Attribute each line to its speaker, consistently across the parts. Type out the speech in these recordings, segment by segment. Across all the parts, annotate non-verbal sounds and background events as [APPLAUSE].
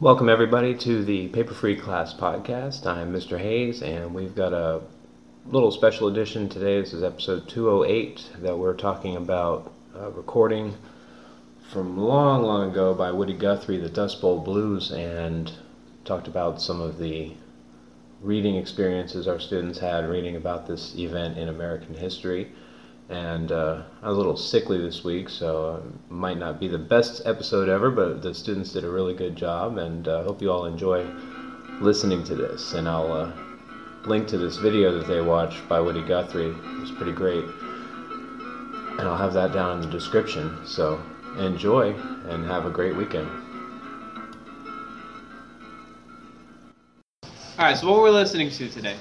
Speaker 1: Welcome, everybody, to the Paper Free Class Podcast. I'm Mr. Hayes, and we've got a little special edition today. This is episode 208 that we're talking about a recording from long, long ago by Woody Guthrie, the Dust Bowl Blues, and talked about some of the reading experiences our students had reading about this event in American history. And uh, I was a little sickly this week, so it might not be the best episode ever, but the students did a really good job, and I uh, hope you all enjoy listening to this. And I'll uh, link to this video that they watched by Woody Guthrie. It was pretty great. And I'll have that down in the description. So enjoy and have a great weekend.
Speaker 2: All right, so what we're listening to today?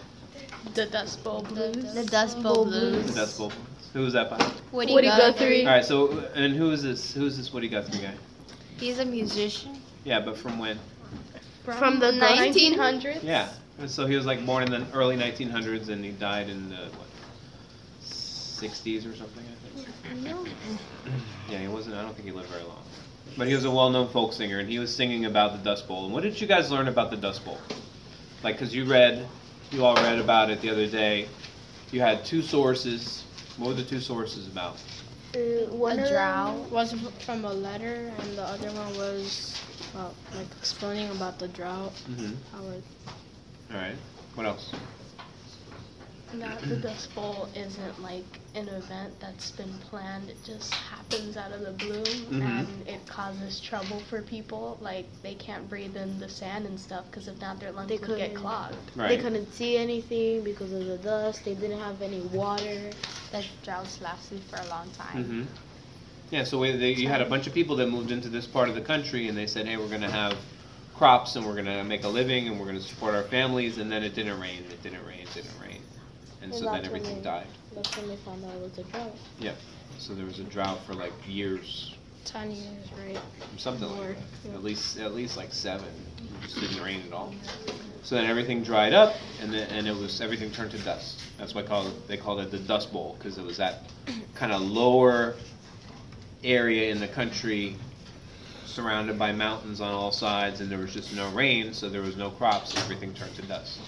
Speaker 3: The Dust Bowl Blues.
Speaker 4: The Dust Bowl
Speaker 2: The
Speaker 4: Blues.
Speaker 2: Dust Bowl. Who was that by? All
Speaker 4: Woody,
Speaker 3: Woody
Speaker 4: Guthrie.
Speaker 3: Guthrie.
Speaker 2: right, so and who is this? Who is this Woody Guthrie guy?
Speaker 4: He's a musician.
Speaker 2: Yeah, but from when?
Speaker 3: From the 1900s.
Speaker 2: Yeah, and so he was like born in the early 1900s and he died in the what, 60s or something, I think. [CLEARS THROAT] Yeah, he wasn't. I don't think he lived very long. But he was a well-known folk singer, and he was singing about the Dust Bowl. And what did you guys learn about the Dust Bowl? Like, because you read, you all read about it the other day. You had two sources. What were the two sources about?
Speaker 3: One
Speaker 4: A
Speaker 3: of them
Speaker 4: drought.
Speaker 3: was from a letter, and the other one was well, like explaining about the drought.
Speaker 2: Mm-hmm.
Speaker 3: How it,
Speaker 2: All right. What else?
Speaker 5: That the Dust Bowl isn't like an event that's been planned. It just happens out of the blue and it causes trouble for people. Like they can't breathe in the sand and stuff because if not, their lungs
Speaker 3: They
Speaker 5: would get
Speaker 3: couldn't.
Speaker 5: clogged.
Speaker 3: They
Speaker 2: Right.
Speaker 3: couldn't see anything because of the dust. They didn't have any water.
Speaker 4: The droughts lasted for a long time.
Speaker 2: Mm-hmm. Yeah. So we, they, you had a bunch of people that moved into this part of the country, and they said, "Hey, we're going to have crops, and we're going to make a living, and we're going to support our families." And then it didn't rain. and It didn't rain. It didn't rain. And so then
Speaker 3: that's when
Speaker 2: everything
Speaker 3: they-
Speaker 2: died.
Speaker 3: That's when they found out it was a drought.
Speaker 2: So there was a drought for like years,
Speaker 3: Ten years, right?
Speaker 2: something
Speaker 3: More,
Speaker 2: like that.
Speaker 3: yeah.
Speaker 2: At least at least like seven. It just didn't rain at all. So then everything dried up, and then and it was everything turned to dust. That's why call they called it the Dust Bowl because it was that kind of lower area in the country, surrounded by mountains on all sides, and there was just no rain, so there was no crops, and everything turned to dust.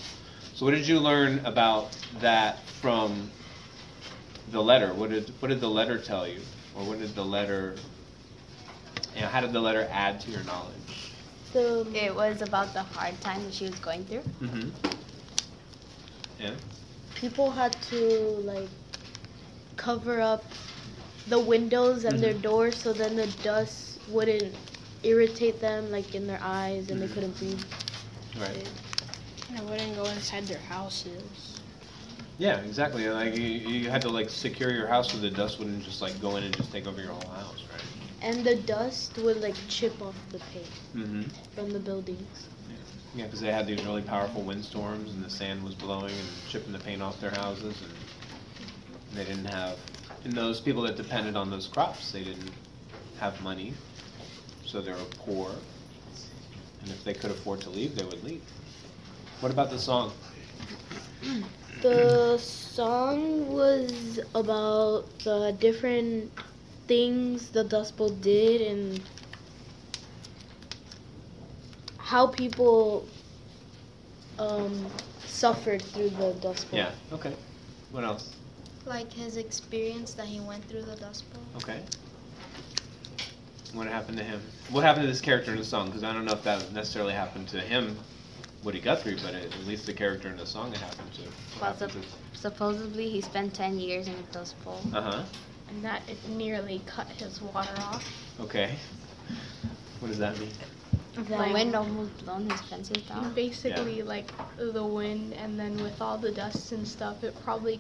Speaker 2: So what did you learn about that from the letter? What did what did the letter tell you, or what did the letter? You know, how did the letter add to your knowledge?
Speaker 3: So
Speaker 4: It was about the hard time that she was going through.
Speaker 2: Mm-hmm. Yeah.
Speaker 3: people had to like cover up the windows and their doors so then the dust wouldn't irritate them like in their eyes and they couldn't breathe.
Speaker 2: Right.
Speaker 3: And it wouldn't go inside their houses.
Speaker 2: Yeah, exactly. Like you, you had to like secure your house so the dust wouldn't just like go in and just take over your whole house, right?
Speaker 3: And the dust would like chip off the paint
Speaker 2: Mm-hmm.
Speaker 3: from the buildings.
Speaker 2: Yeah, because they had these really powerful windstorms and the sand was blowing and chipping the paint off their houses, and they didn't have. And those people that depended on those crops, they didn't have money, so they were poor. And if they could afford to leave, they would leave. What about the song?
Speaker 3: The song was about the different things the Dust Bowl did and how people um, suffered through the Dust Bowl.
Speaker 2: Yeah. Okay. What else?
Speaker 6: like his experience that he went through the Dust Bowl.
Speaker 2: Okay. What happened to him? What happened to this character in the song? Because I don't know if that necessarily happened to him, Woody Guthrie, but at at least the character in the song it happened to. What happened
Speaker 4: Supposedly, he spent 10 years in a dust bowl.
Speaker 2: to? Uh huh.
Speaker 5: And that it nearly cut his water off.
Speaker 2: Okay. [LAUGHS] What does that mean?
Speaker 4: The wind almost blown his fences
Speaker 5: And
Speaker 4: down.
Speaker 5: basically, like the wind, and then with all the dust and stuff, it probably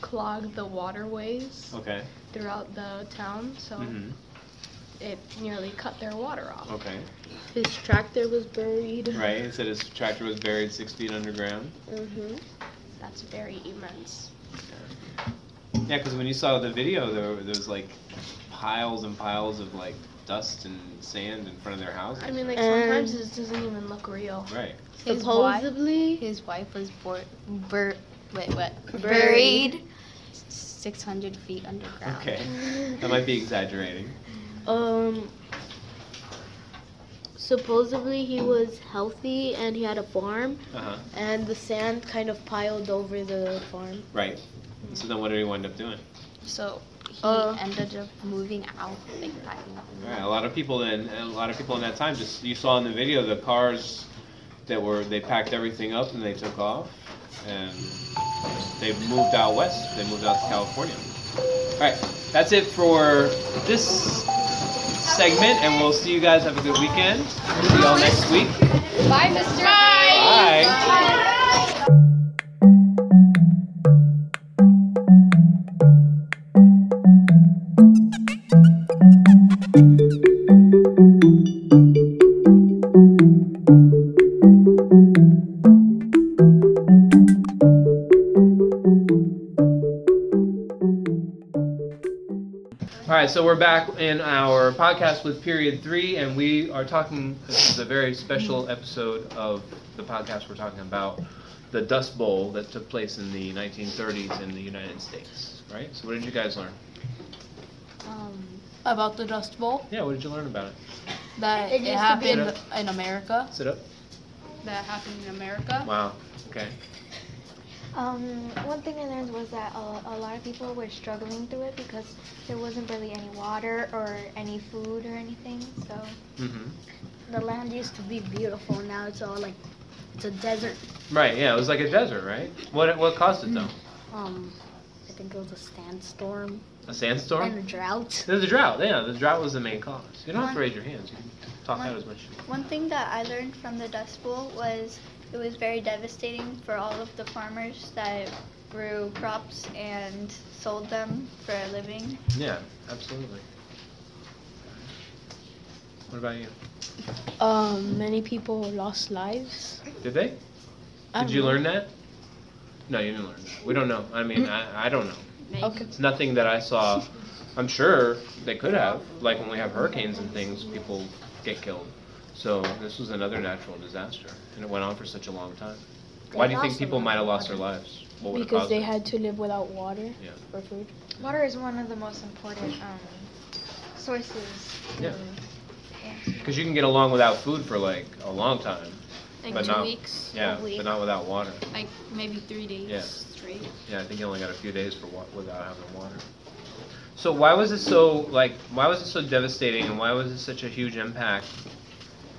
Speaker 5: clogged the waterways
Speaker 2: Okay.
Speaker 5: throughout the town. So
Speaker 2: hmm
Speaker 5: it nearly cut their water off.
Speaker 2: Okay.
Speaker 3: His tractor was buried.
Speaker 2: Right. He said his tractor was buried six feet underground.
Speaker 3: Mm-hmm.
Speaker 5: That's very immense.
Speaker 2: Yeah, because when you saw the video, there, were- there was like piles and piles of like dust and sand in front of their houses.
Speaker 5: I mean, like
Speaker 3: And-
Speaker 5: sometimes it doesn't even look real.
Speaker 2: Right.
Speaker 4: His wife,
Speaker 3: Supposedly,
Speaker 4: his wife was bor- bur- wait, what?
Speaker 3: Buried.
Speaker 4: buried 600 feet underground.
Speaker 2: Okay. That might be exaggerating.
Speaker 3: um, supposedly he was healthy and he had a farm,
Speaker 2: Uh-huh.
Speaker 3: and the sand kind of piled over the farm.
Speaker 2: Right. So then what did he wind up doing?
Speaker 4: So he
Speaker 3: Uh.
Speaker 4: ended up moving out, like packing up. and
Speaker 2: Right. A lot of people in a lot of people in that time just you saw in the video the cars that were they packed everything up and they took off and they moved out west. They moved out to California. All right. That's it for this segment and we'll see you guys have a good weekend. See y'all next week.
Speaker 7: Bye, Mr. Bye.
Speaker 2: Bye. All right, so we're back in our podcast with period three, and we are talking. This is a very special episode of the podcast. We're talking about the Dust Bowl that took place in the 1930s in the United States, right? So, what did you guys learn?
Speaker 4: Um,
Speaker 7: About the Dust Bowl
Speaker 2: Yeah, what did you learn about it?
Speaker 7: that
Speaker 3: It
Speaker 7: it,
Speaker 3: used to be
Speaker 7: happened in America.
Speaker 2: Sit up.
Speaker 7: That happened in America.
Speaker 2: Wow. Okay.
Speaker 6: Um, one thing I learned was that a, a lot of people were struggling through it because there wasn't really any water or any food or anything. So
Speaker 2: Mm-hmm.
Speaker 3: The land used to be beautiful. Now it's all like it's a desert.
Speaker 2: Right. Yeah, it was like a desert, right? What What caused it though?
Speaker 3: Um, I think it was a sandstorm
Speaker 2: A
Speaker 3: and
Speaker 2: sandstorm.
Speaker 3: a drought.
Speaker 2: There's a drought. Yeah, the drought was the main cause. You don't have to raise your hands. You can talk out as much. as you
Speaker 6: One thing that I learned from the Dust Bowl was it was very devastating for all of the farmers that grew crops and sold them for a living.
Speaker 2: want. Yeah, absolutely. What about you?
Speaker 8: Um, many people lost lives.
Speaker 2: Did they?
Speaker 8: I
Speaker 2: Did you
Speaker 8: don't know.
Speaker 2: learn that? No, you didn't learn that. We don't know. I mean, I, I don't know.
Speaker 8: Okay.
Speaker 2: It's nothing that I saw. I'm sure they could have. Like when we have hurricanes and things, people get killed. So this was another natural disaster, and it went on for such a long time. Why do you think
Speaker 3: lost a
Speaker 2: people
Speaker 3: lot
Speaker 2: might have
Speaker 3: of
Speaker 2: lost their lives? What would have
Speaker 8: Because
Speaker 2: caused
Speaker 8: they
Speaker 2: it?
Speaker 8: had to live without water
Speaker 2: Yeah.
Speaker 8: or food.
Speaker 6: Water is one of the most important um, sources.
Speaker 2: Yeah. Because you can get along without food for like a long time.
Speaker 7: Like
Speaker 2: But
Speaker 7: two
Speaker 2: not-
Speaker 7: weeks.
Speaker 2: Yeah,
Speaker 7: a week,
Speaker 2: but not without water.
Speaker 7: like maybe three days
Speaker 2: Yeah.
Speaker 7: straight.
Speaker 2: Yeah, I think you only got a few days for wa- without having water. So why was it so like? Why was it so devastating, and why was it such a huge impact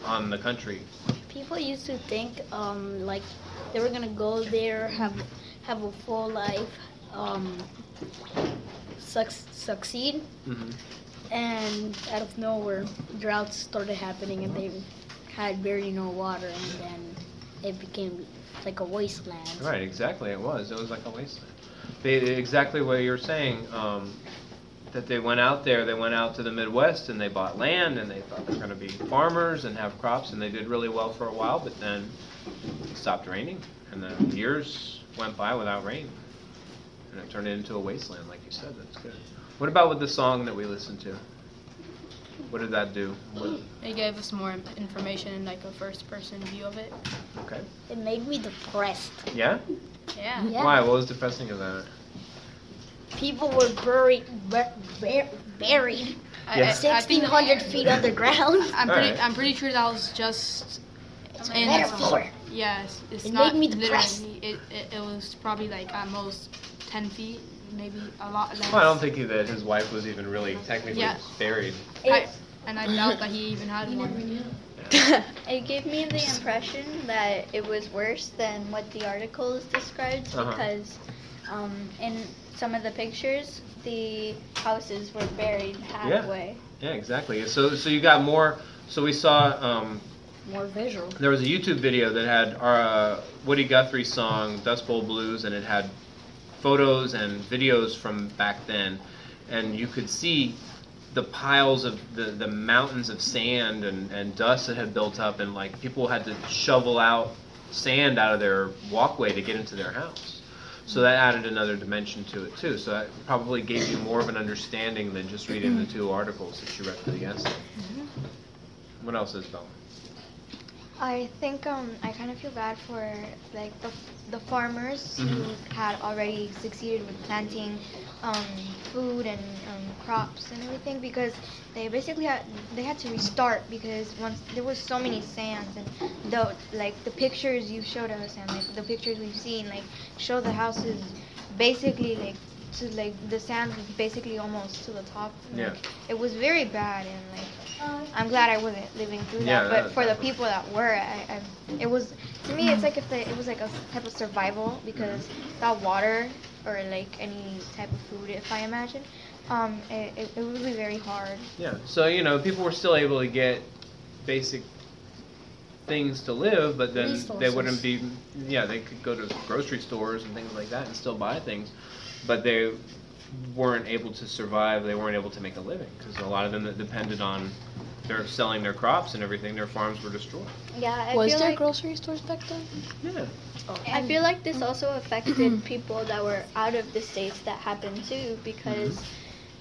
Speaker 2: on the country?
Speaker 3: People used to think um, like they were gonna go there, have have a full life, um, suc succeed,
Speaker 2: Mm-hmm.
Speaker 3: and out of nowhere, droughts started happening, and they had barely no water, and then it became like a wasteland.
Speaker 2: Right, exactly. It was. It was like a wasteland. They exactly what you were saying. Um, that they went out there, they went out to the Midwest and they bought land and they thought they were going to be farmers and have crops and they did really well for a while, but then it stopped raining and then years went by without rain and it turned it into a wasteland, like you said. That's good. What about with the song that we listened to? What did that do? What-
Speaker 7: They gave us more in- information and like a first-person view of it.
Speaker 2: okay.
Speaker 3: It made me depressed.
Speaker 2: Yeah?
Speaker 7: Yeah.
Speaker 3: Yeah.
Speaker 2: Why? What was depressing about it?
Speaker 3: People were buried, bur- bur- buried
Speaker 7: I,
Speaker 2: Yeah.
Speaker 7: I, I think,
Speaker 3: 1,600
Speaker 8: [LAUGHS]
Speaker 3: feet underground.
Speaker 7: I'm pretty.
Speaker 2: Alright.
Speaker 7: I'm pretty sure that was just. in-
Speaker 3: Metaphor.
Speaker 7: Yes, it's
Speaker 3: It
Speaker 7: not
Speaker 3: made me depressed.
Speaker 7: literally. It, it it was probably like at most ten feet, maybe a lot less.
Speaker 2: Well, I don't think he- that his wife was even really technically
Speaker 7: Yeah.
Speaker 2: buried.
Speaker 7: I- and I doubt that he even had one.
Speaker 6: It gave me the impression that it was worse than what the articles described
Speaker 2: Uh-huh.
Speaker 6: because um, in some of the pictures, the houses were buried halfway.
Speaker 2: Yeah, exactly. So, so you got more. So we saw um,
Speaker 3: More visual.
Speaker 2: there was a YouTube video that had uh, Woody Guthrie's song "Dust Bowl Blues" and it had photos and videos from back then, and you could see the piles of the, the mountains of sand and, and dust that had built up, and like people had to shovel out sand out of their walkway to get into their house. So that added another dimension to it too. So that probably gave you more of an understanding than just reading the two articles that you read for the essay. What else is Bella?
Speaker 6: I think um, I kind of feel bad for like the, the farmers who had already succeeded with planting um, food and um, crops and everything because they basically had they had to restart because once there was so many sands and the like the pictures you showed us and like the pictures we've seen like show the houses basically like to like the sand was basically almost to the top. and,
Speaker 1: Yeah.
Speaker 6: like, it was very bad and like I'm glad I wasn't living through
Speaker 1: Yeah,
Speaker 6: that,
Speaker 1: that-
Speaker 6: but for the
Speaker 1: that was-
Speaker 6: people that were, I, I, it was to me it's like if they, it was like a type of survival because without water or like any type of food, if I imagine, um, it, it, it would be very hard.
Speaker 2: Yeah. So you know, people were still able to get basic things to live, but then they wouldn't be. Yeah, they could go to grocery stores and things like that and still buy things, but they weren't able to survive. They weren't able to make a living because a lot of them that depended on their selling their crops and everything, their farms were destroyed.
Speaker 6: Yeah, I
Speaker 8: Was
Speaker 6: feel
Speaker 8: there
Speaker 6: like,
Speaker 8: grocery stores back then?
Speaker 2: Yeah.
Speaker 6: I feel like this also affected people that were out of the states that happened too because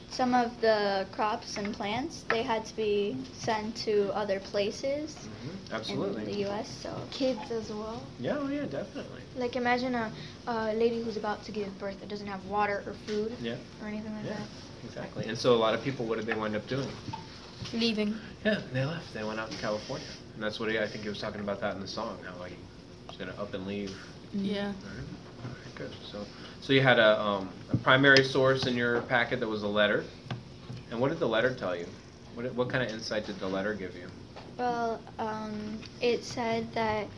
Speaker 6: some of the crops and plants they had to be sent to other places
Speaker 2: Absolutely.
Speaker 6: in the U.S. So kids as well.
Speaker 2: yeah. Oh, yeah. Definitely.
Speaker 6: Like imagine a, a lady who's about to give birth that doesn't have water or food
Speaker 2: Yeah.
Speaker 6: or anything like
Speaker 2: Yeah.
Speaker 6: that.
Speaker 2: Exactly. And so a lot of people, what did they wind up doing?
Speaker 4: Leaving.
Speaker 2: Yeah, they left. They went out to California, and that's what he, I think he was talking about that in the song. How like he's gonna up and leave. All
Speaker 7: Yeah.
Speaker 2: right. All right, good. So, so you had a, um, a primary source in your packet that was a letter, and what did the letter tell you? What did- what kind of insight did the letter give you?
Speaker 6: Well, um, it said that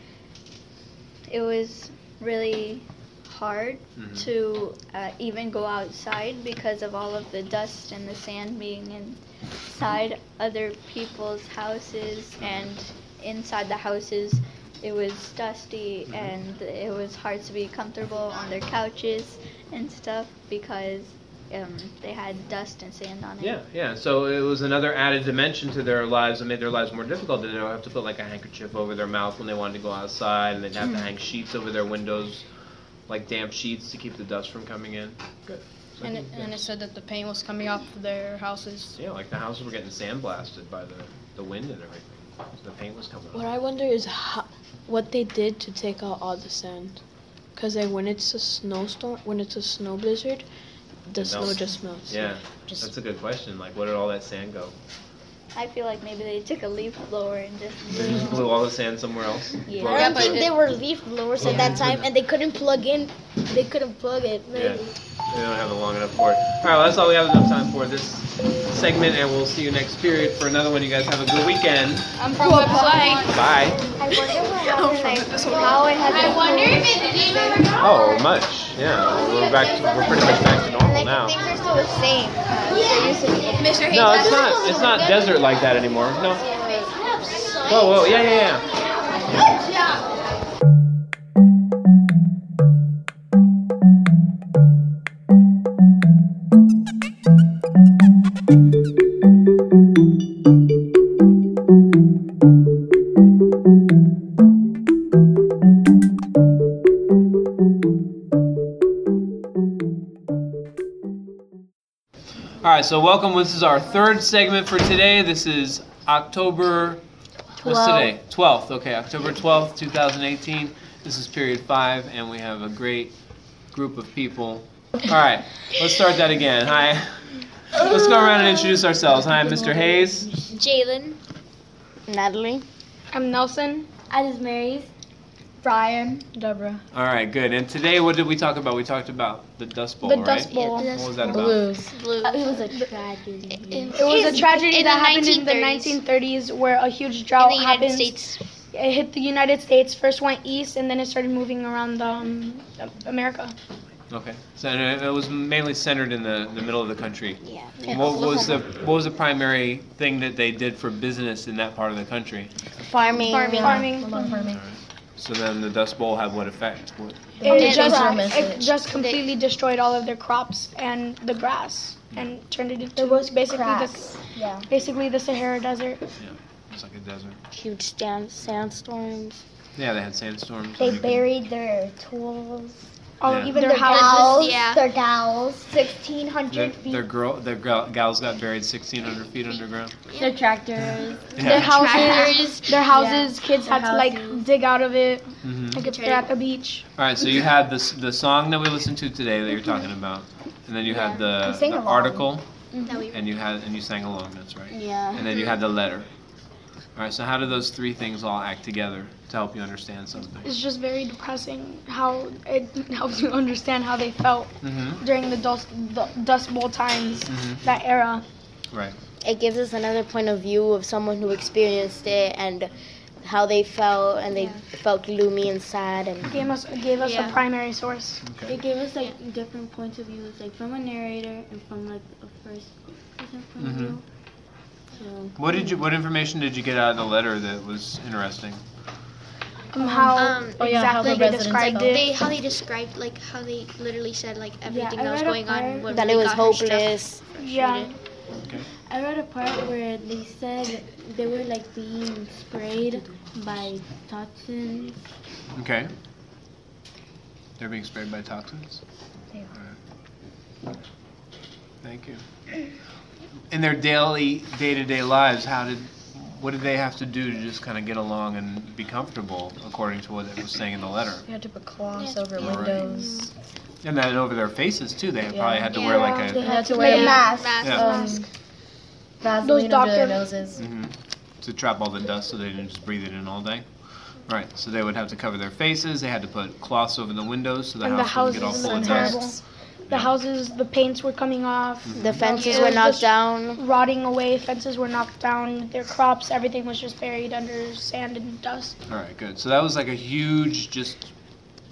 Speaker 6: it was really hard
Speaker 5: Mm-hmm.
Speaker 2: Mhm.
Speaker 6: to uh, even go outside because of all of the dust and the sand being inside other people's houses
Speaker 5: Mm-hmm.
Speaker 6: and inside the houses. It was dusty
Speaker 5: Mm-hmm.
Speaker 6: and it was hard to be comfortable on their couches and stuff because um, they had dust and sand on it.
Speaker 2: Yeah, yeah. So it was another added dimension to their lives and made their lives more difficult. They'd have to put like a handkerchief over their mouth when they wanted to go outside, and they'd have to hang sheets over their windows, like damp sheets to keep the dust from coming in. Good. So I
Speaker 7: And it,
Speaker 2: think- yeah.
Speaker 7: and it said that the paint was coming off their houses.
Speaker 2: Yeah, like the houses were getting sandblasted by the, the wind and everything. So the paint was coming
Speaker 8: What
Speaker 2: off.
Speaker 8: I wonder is how, what they did to take out all the sand. Because like when it's a snowstorm, when it's a snow blizzard, the
Speaker 2: It
Speaker 8: snow
Speaker 2: melts.
Speaker 8: just melts.
Speaker 2: Yeah,
Speaker 8: Just-
Speaker 2: that's a good question. Like, where did all that sand go?
Speaker 6: I feel like maybe they took a leaf blower and just
Speaker 2: They just [LAUGHS] blew all the sand somewhere else?
Speaker 6: Yeah.
Speaker 8: I
Speaker 2: Brought
Speaker 4: Yeah,
Speaker 2: it
Speaker 8: don't
Speaker 4: but
Speaker 2: back?
Speaker 8: think
Speaker 4: it-
Speaker 8: they were leaf blowers at that time, and they couldn't plug in. They couldn't plug it.
Speaker 2: Yeah. We don't have it long enough for it. All right, well, that's all we have enough time for this segment, and we'll see you next period for another one. You guys have a good weekend.
Speaker 7: I'm from Website.
Speaker 2: Bye.
Speaker 6: I wonder what happened, like, how it has I wonder if it even
Speaker 1: Oh, much. Yeah, we're back. To, we're pretty much back to normal
Speaker 6: Like,
Speaker 1: now.
Speaker 6: things are still the same. Uh, they used to be.
Speaker 7: Mr. Hayes,
Speaker 2: No, it's not. It's not desert like that anymore. No. Whoa, whoa, yeah, yeah, yeah. All right, so welcome. This is our third segment for today. This is October. What's today? 12th. Okay, October 12th, 2018. This is period five, and we have a great group of people. All right, let's start that again. Hi. Let's go around and introduce ourselves. Hi, I'm Mr. Hayes.
Speaker 6: Jalen. Natalie.
Speaker 7: I'm Nelson.
Speaker 6: Alice Marys. Brian.
Speaker 5: Deborah.
Speaker 2: All right, good. And today, what did we talk about? We talked about the Dust Bowl,
Speaker 5: The
Speaker 2: right?
Speaker 5: Dust Bowl.
Speaker 2: What was that about?
Speaker 4: Blue.
Speaker 6: Uh, it was a tragedy.
Speaker 5: It was a tragedy
Speaker 4: in
Speaker 5: that
Speaker 4: the
Speaker 5: happened in the
Speaker 4: 1930s.
Speaker 5: 1930s where a huge
Speaker 4: In
Speaker 5: drought
Speaker 4: the United
Speaker 5: happened.
Speaker 4: States.
Speaker 5: It hit the United States. First went east, and then it started moving around um, America.
Speaker 2: Okay. So it it was mainly centered in the, the middle of the country.
Speaker 4: Yeah.
Speaker 2: What was the what was the primary thing that they did for business in that part of the country?
Speaker 4: Farming.
Speaker 5: Farming. Farming.
Speaker 2: So then the Dust Bowl had what effect? What,
Speaker 5: It
Speaker 4: It
Speaker 5: just, it just completely destroyed all of their crops and the grass and turned it into basically the
Speaker 6: Yeah.
Speaker 5: basically the Sahara Desert.
Speaker 2: it's like a desert.
Speaker 8: Huge stand, sandstorms.
Speaker 2: Yeah, they had sandstorms.
Speaker 6: They buried their tools.
Speaker 9: All
Speaker 2: Yeah.
Speaker 9: of even
Speaker 4: Their
Speaker 9: their,
Speaker 4: houses,
Speaker 9: gals,
Speaker 4: yeah.
Speaker 9: their gals, sixteen
Speaker 2: Their,
Speaker 9: hundred feet.
Speaker 2: their girl, their gal- gals got buried 1,600 feet underground.
Speaker 9: Their tractors,
Speaker 2: Yeah.
Speaker 4: Their houses.
Speaker 9: their houses. Kids
Speaker 4: Their
Speaker 9: had to like dig out of it.
Speaker 2: Mhm.
Speaker 9: Like if they're at the beach.
Speaker 2: All right, so you had this the song that we listened to today that you're talking about, and then you had the,
Speaker 6: We sang
Speaker 2: the
Speaker 6: along.
Speaker 2: article,
Speaker 6: That we
Speaker 2: and you had and you sang along. That's right.
Speaker 3: Yeah.
Speaker 2: And then you had the letter. All right, so how do those three things all act together to help you understand something?
Speaker 9: It's just very depressing how it [LAUGHS] helps you understand how they felt
Speaker 2: hmm
Speaker 9: during the dust, the dust bowl times,
Speaker 2: Mhm.
Speaker 9: that era.
Speaker 2: Right.
Speaker 3: It gives us another point of view of someone who experienced it and how they felt, and they felt gloomy and sad. And
Speaker 9: Gave us gave us
Speaker 4: Yeah.
Speaker 9: a primary source.
Speaker 2: Okay.
Speaker 10: It gave us like different points of views, like from a narrator and from like a first person point
Speaker 2: Mhm.
Speaker 10: of view. So
Speaker 2: What did you? What information did you get out of the letter that was interesting?
Speaker 9: Um, how
Speaker 4: Um,
Speaker 11: Oh,
Speaker 9: exactly they described it.
Speaker 4: They how they described like how they literally said like everything
Speaker 10: I
Speaker 4: that was
Speaker 10: read a
Speaker 4: going on.
Speaker 10: part-
Speaker 4: When
Speaker 3: that
Speaker 4: we
Speaker 3: it was
Speaker 4: got her stuff
Speaker 3: hopeless.
Speaker 9: yeah.
Speaker 4: frustrated.
Speaker 10: I read a part where they said they were like being sprayed by toxins.
Speaker 2: Okay. They're being sprayed by toxins? They are. Thank you. In their daily, day-to-day lives, how did, what did they have to do to just kind of get along and be comfortable according to what it was saying in the letter?
Speaker 11: You had to put cloths over
Speaker 2: Right.
Speaker 11: windows.
Speaker 2: And then over their faces too, they
Speaker 11: Yeah.
Speaker 2: probably had to wear like
Speaker 9: Yeah.
Speaker 11: They
Speaker 2: a,
Speaker 11: had to
Speaker 9: Like a
Speaker 11: wear
Speaker 9: mask.
Speaker 4: Mask.
Speaker 2: Yeah.
Speaker 11: um,
Speaker 9: Those
Speaker 11: Vaseline under
Speaker 9: doctor-
Speaker 11: their noses.
Speaker 2: Mhm. to trap all the dust so they didn't just breathe it in all day. Right, so they would have to cover their faces, they had to put cloths over the windows so the
Speaker 9: And the
Speaker 2: house wouldn't get all
Speaker 9: houses
Speaker 2: full of
Speaker 9: looked
Speaker 2: dust.
Speaker 9: terrible. The houses, the paints were coming off,
Speaker 3: The fences
Speaker 9: Yeah.
Speaker 3: were knocked
Speaker 9: Just-
Speaker 3: down.
Speaker 9: rotting away. Fences were knocked down. Their crops, everything was just buried under sand and dust.
Speaker 2: All right, good. So that was like a huge, just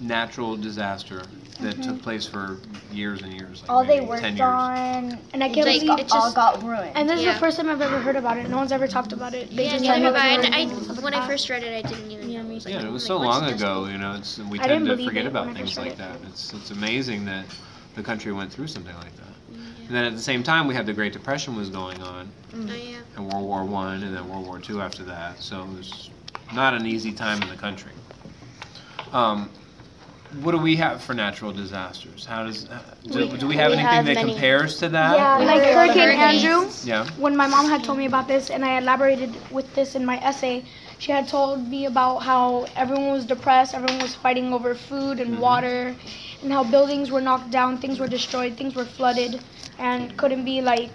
Speaker 2: natural disaster that
Speaker 9: Mm-hmm.
Speaker 2: took place for years and years. Like
Speaker 11: All they
Speaker 2: maybe ten
Speaker 11: worked
Speaker 2: years.
Speaker 11: on
Speaker 9: And I
Speaker 11: it
Speaker 9: can't
Speaker 11: just
Speaker 9: believe.
Speaker 11: got,
Speaker 4: it
Speaker 11: all
Speaker 4: just-
Speaker 11: got ruined.
Speaker 9: And this is
Speaker 4: Yeah.
Speaker 9: the first time I've ever heard about it. No one's ever talked about it. They
Speaker 4: Yeah,
Speaker 9: just
Speaker 4: neither
Speaker 9: know
Speaker 4: have I.
Speaker 9: it Ah. was
Speaker 4: And I,
Speaker 9: ruined.
Speaker 4: when I first read it, I didn't even. know. I was like,
Speaker 2: Yeah, it was
Speaker 4: like,
Speaker 2: so
Speaker 4: what's
Speaker 2: long
Speaker 4: this?
Speaker 2: ago. You know, it's we
Speaker 9: I
Speaker 2: tend
Speaker 9: didn't
Speaker 2: to
Speaker 9: believe
Speaker 2: forget
Speaker 9: it
Speaker 2: about
Speaker 9: when I
Speaker 2: things
Speaker 9: first
Speaker 2: like
Speaker 9: read it.
Speaker 2: that. It's it's amazing that the country went through something like that.
Speaker 9: Mm-hmm.
Speaker 2: And then at the same time, we had the Great Depression was going on,
Speaker 4: Oh yeah.
Speaker 2: and World War One, and then World War Two after that. So it was not an easy time in the country. Um, what do we have for natural disasters? How does uh, do, do we have anything
Speaker 3: we have
Speaker 2: that
Speaker 3: many.
Speaker 2: compares to that?
Speaker 9: Yeah,
Speaker 2: Or-
Speaker 9: like Hurricane
Speaker 4: Hurricanes.
Speaker 9: Andrew.
Speaker 2: yeah.
Speaker 9: When my mom had told me about this, and I elaborated with this in my essay, she had told me about how everyone was depressed, everyone was fighting over food and water, and how buildings were knocked down, things were destroyed, things were flooded, and couldn't be like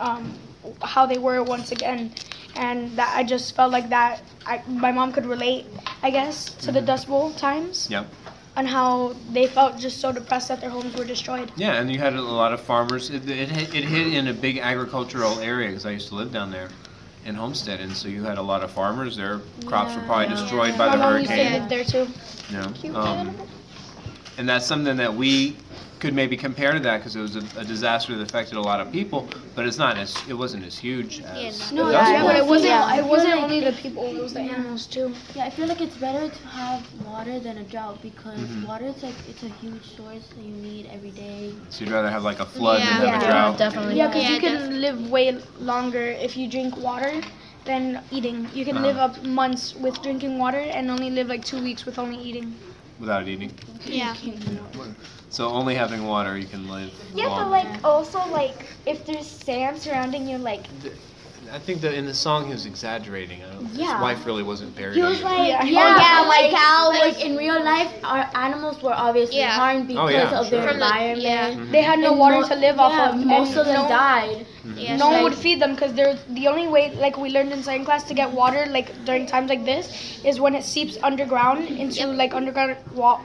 Speaker 9: um, how they were once again. And that I just felt like that I, my mom could relate, I guess, to the Dust Bowl times
Speaker 2: Yep.
Speaker 9: and how they felt just so depressed that their homes were destroyed.
Speaker 2: Yeah, and you had a lot of farmers. It, it, hit- it hit in a big agricultural area because I used to live down there in Homestead, and so you had a lot of farmers. Their crops were probably destroyed by
Speaker 9: my
Speaker 2: the
Speaker 9: mom used to
Speaker 2: hurricane.
Speaker 9: live there too.
Speaker 2: Yeah. Um, and that's something that we could maybe compare to that because it was a, a disaster that affected a lot of people, but it's not as it wasn't as huge as
Speaker 4: no,
Speaker 2: the
Speaker 4: yeah,
Speaker 2: Dust
Speaker 4: yeah,
Speaker 2: Bowl.
Speaker 9: But it wasn't.
Speaker 10: Yeah.
Speaker 9: It wasn't only the people. It was the animals too.
Speaker 10: Yeah, I feel like it's better to have water than a drought because
Speaker 2: Mm-hmm.
Speaker 10: water is like it's a huge source that you need every day.
Speaker 2: So you'd rather have like a flood
Speaker 4: Yeah.
Speaker 2: than have
Speaker 9: Yeah.
Speaker 2: a drought.
Speaker 11: Definitely.
Speaker 9: Yeah, because
Speaker 4: Yeah,
Speaker 9: you can live way longer if you drink water than eating. You can
Speaker 2: Uh-huh.
Speaker 9: live up months with drinking water and only live like two weeks with only eating.
Speaker 2: Without eating,
Speaker 4: Yeah.
Speaker 2: so only having water you can live.
Speaker 6: Yeah,
Speaker 2: long.
Speaker 6: but like also like if there's sand surrounding you, like
Speaker 2: I think that in the song he was exaggerating. I don't, His
Speaker 6: Yeah.
Speaker 2: wife really wasn't buried.
Speaker 10: He
Speaker 2: under
Speaker 10: was
Speaker 2: the-
Speaker 10: like, Oh, yeah,
Speaker 6: yeah, my
Speaker 10: like,
Speaker 6: cow
Speaker 10: like,
Speaker 6: was-
Speaker 10: in real life, our animals were obviously
Speaker 4: Yeah.
Speaker 10: harmed because
Speaker 2: Oh, yeah,
Speaker 10: of their
Speaker 2: sure.
Speaker 4: From the-
Speaker 10: environment.
Speaker 4: yeah.
Speaker 2: Mm-hmm.
Speaker 9: They had no
Speaker 10: And
Speaker 9: water
Speaker 10: mo-
Speaker 9: to live off
Speaker 10: yeah,
Speaker 9: of.
Speaker 10: Most
Speaker 9: and
Speaker 10: of them
Speaker 9: no,
Speaker 10: died.
Speaker 4: Yeah,
Speaker 9: No
Speaker 4: so
Speaker 9: one would
Speaker 4: like-
Speaker 9: feed them because they're the only way, like we learned in science class, to get water like during times like this is when it seeps underground into like underground wa-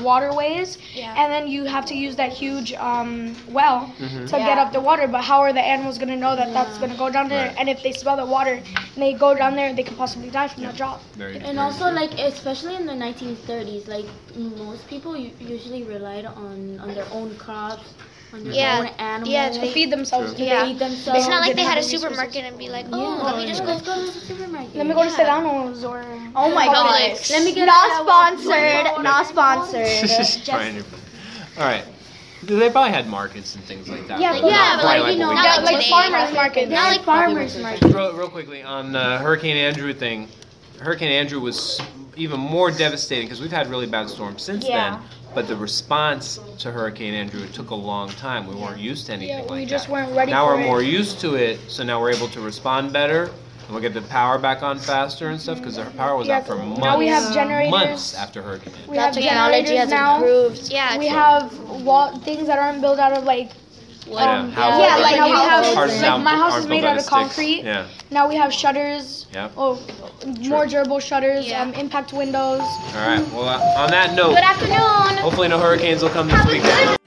Speaker 9: waterways,
Speaker 4: Yeah.
Speaker 9: and then you have to use that huge um, well
Speaker 2: Mhm.
Speaker 9: to get
Speaker 10: Mm-hmm. Yeah.
Speaker 9: up the water. But how are the animals gonna know that that's gonna go down there?
Speaker 2: Right.
Speaker 9: And if they smell the water and they go down there, they could possibly die from that drop.
Speaker 2: Very,
Speaker 10: And
Speaker 2: very
Speaker 10: also,
Speaker 2: true.
Speaker 10: like especially in the 1930s, like most people u- usually relied on on their own crops, on their
Speaker 4: Yeah.
Speaker 10: own animals.
Speaker 4: Yeah,
Speaker 9: To feed themselves.
Speaker 2: True. [LAUGHS]
Speaker 10: They
Speaker 4: Yeah.
Speaker 10: eat themselves.
Speaker 4: It's not like
Speaker 9: didn't
Speaker 4: they had a
Speaker 9: have any
Speaker 4: supermarket and be like,
Speaker 10: Yeah.
Speaker 4: oh, let me just go.
Speaker 10: Let's go to the supermarket.
Speaker 9: Let me go to
Speaker 10: Yeah.
Speaker 9: Sedano's or
Speaker 6: oh my god.
Speaker 4: Publix.
Speaker 10: Let me get
Speaker 6: Not
Speaker 10: that
Speaker 6: sponsored, not sponsored.
Speaker 2: Just trying to- [LAUGHS] All right. They probably had markets and things like that.
Speaker 9: Yeah,
Speaker 2: not
Speaker 9: yeah, but
Speaker 2: quite
Speaker 10: like, you know,
Speaker 2: what we
Speaker 4: not
Speaker 2: have.
Speaker 9: yeah,
Speaker 4: like
Speaker 9: like
Speaker 4: today.
Speaker 9: farmers market.
Speaker 10: Not like farmers market.
Speaker 2: real, real quickly on the Hurricane Andrew thing. Hurricane Andrew was even more devastating because we've had really bad storms since
Speaker 9: Yeah.
Speaker 2: then. But the response to Hurricane Andrew took a long time. We weren't used to anything
Speaker 9: Yeah,
Speaker 2: like
Speaker 9: we
Speaker 2: that.
Speaker 9: just weren't ready
Speaker 2: now
Speaker 9: for
Speaker 2: we're
Speaker 9: it.
Speaker 2: more used to it, so now we're able to respond better. And we get the power back on faster and stuff because our power was
Speaker 9: Yeah,
Speaker 2: out for months.
Speaker 9: now we have generators.
Speaker 2: Months after Hurricane. Andrew.
Speaker 9: We
Speaker 4: That
Speaker 9: have
Speaker 4: technology
Speaker 9: generators
Speaker 4: has
Speaker 9: now.
Speaker 4: improved. Yeah,
Speaker 9: we
Speaker 4: true.
Speaker 9: have wall things that aren't built out of like.
Speaker 2: Yeah, houses.
Speaker 9: yeah, like
Speaker 2: Like
Speaker 9: now we
Speaker 2: houses.
Speaker 9: have
Speaker 2: Hard
Speaker 9: like
Speaker 2: sound-
Speaker 9: my house
Speaker 2: hard
Speaker 9: is made
Speaker 2: built
Speaker 9: out
Speaker 2: out
Speaker 9: of
Speaker 2: of sticks.
Speaker 9: concrete.
Speaker 2: Yeah.
Speaker 9: Now we have shutters.
Speaker 2: Yep.
Speaker 9: Oh, more durable shutters. Um, impact windows.
Speaker 2: All right. Well, uh, on that note,
Speaker 9: Good afternoon.
Speaker 2: hopefully no hurricanes will come this weekend.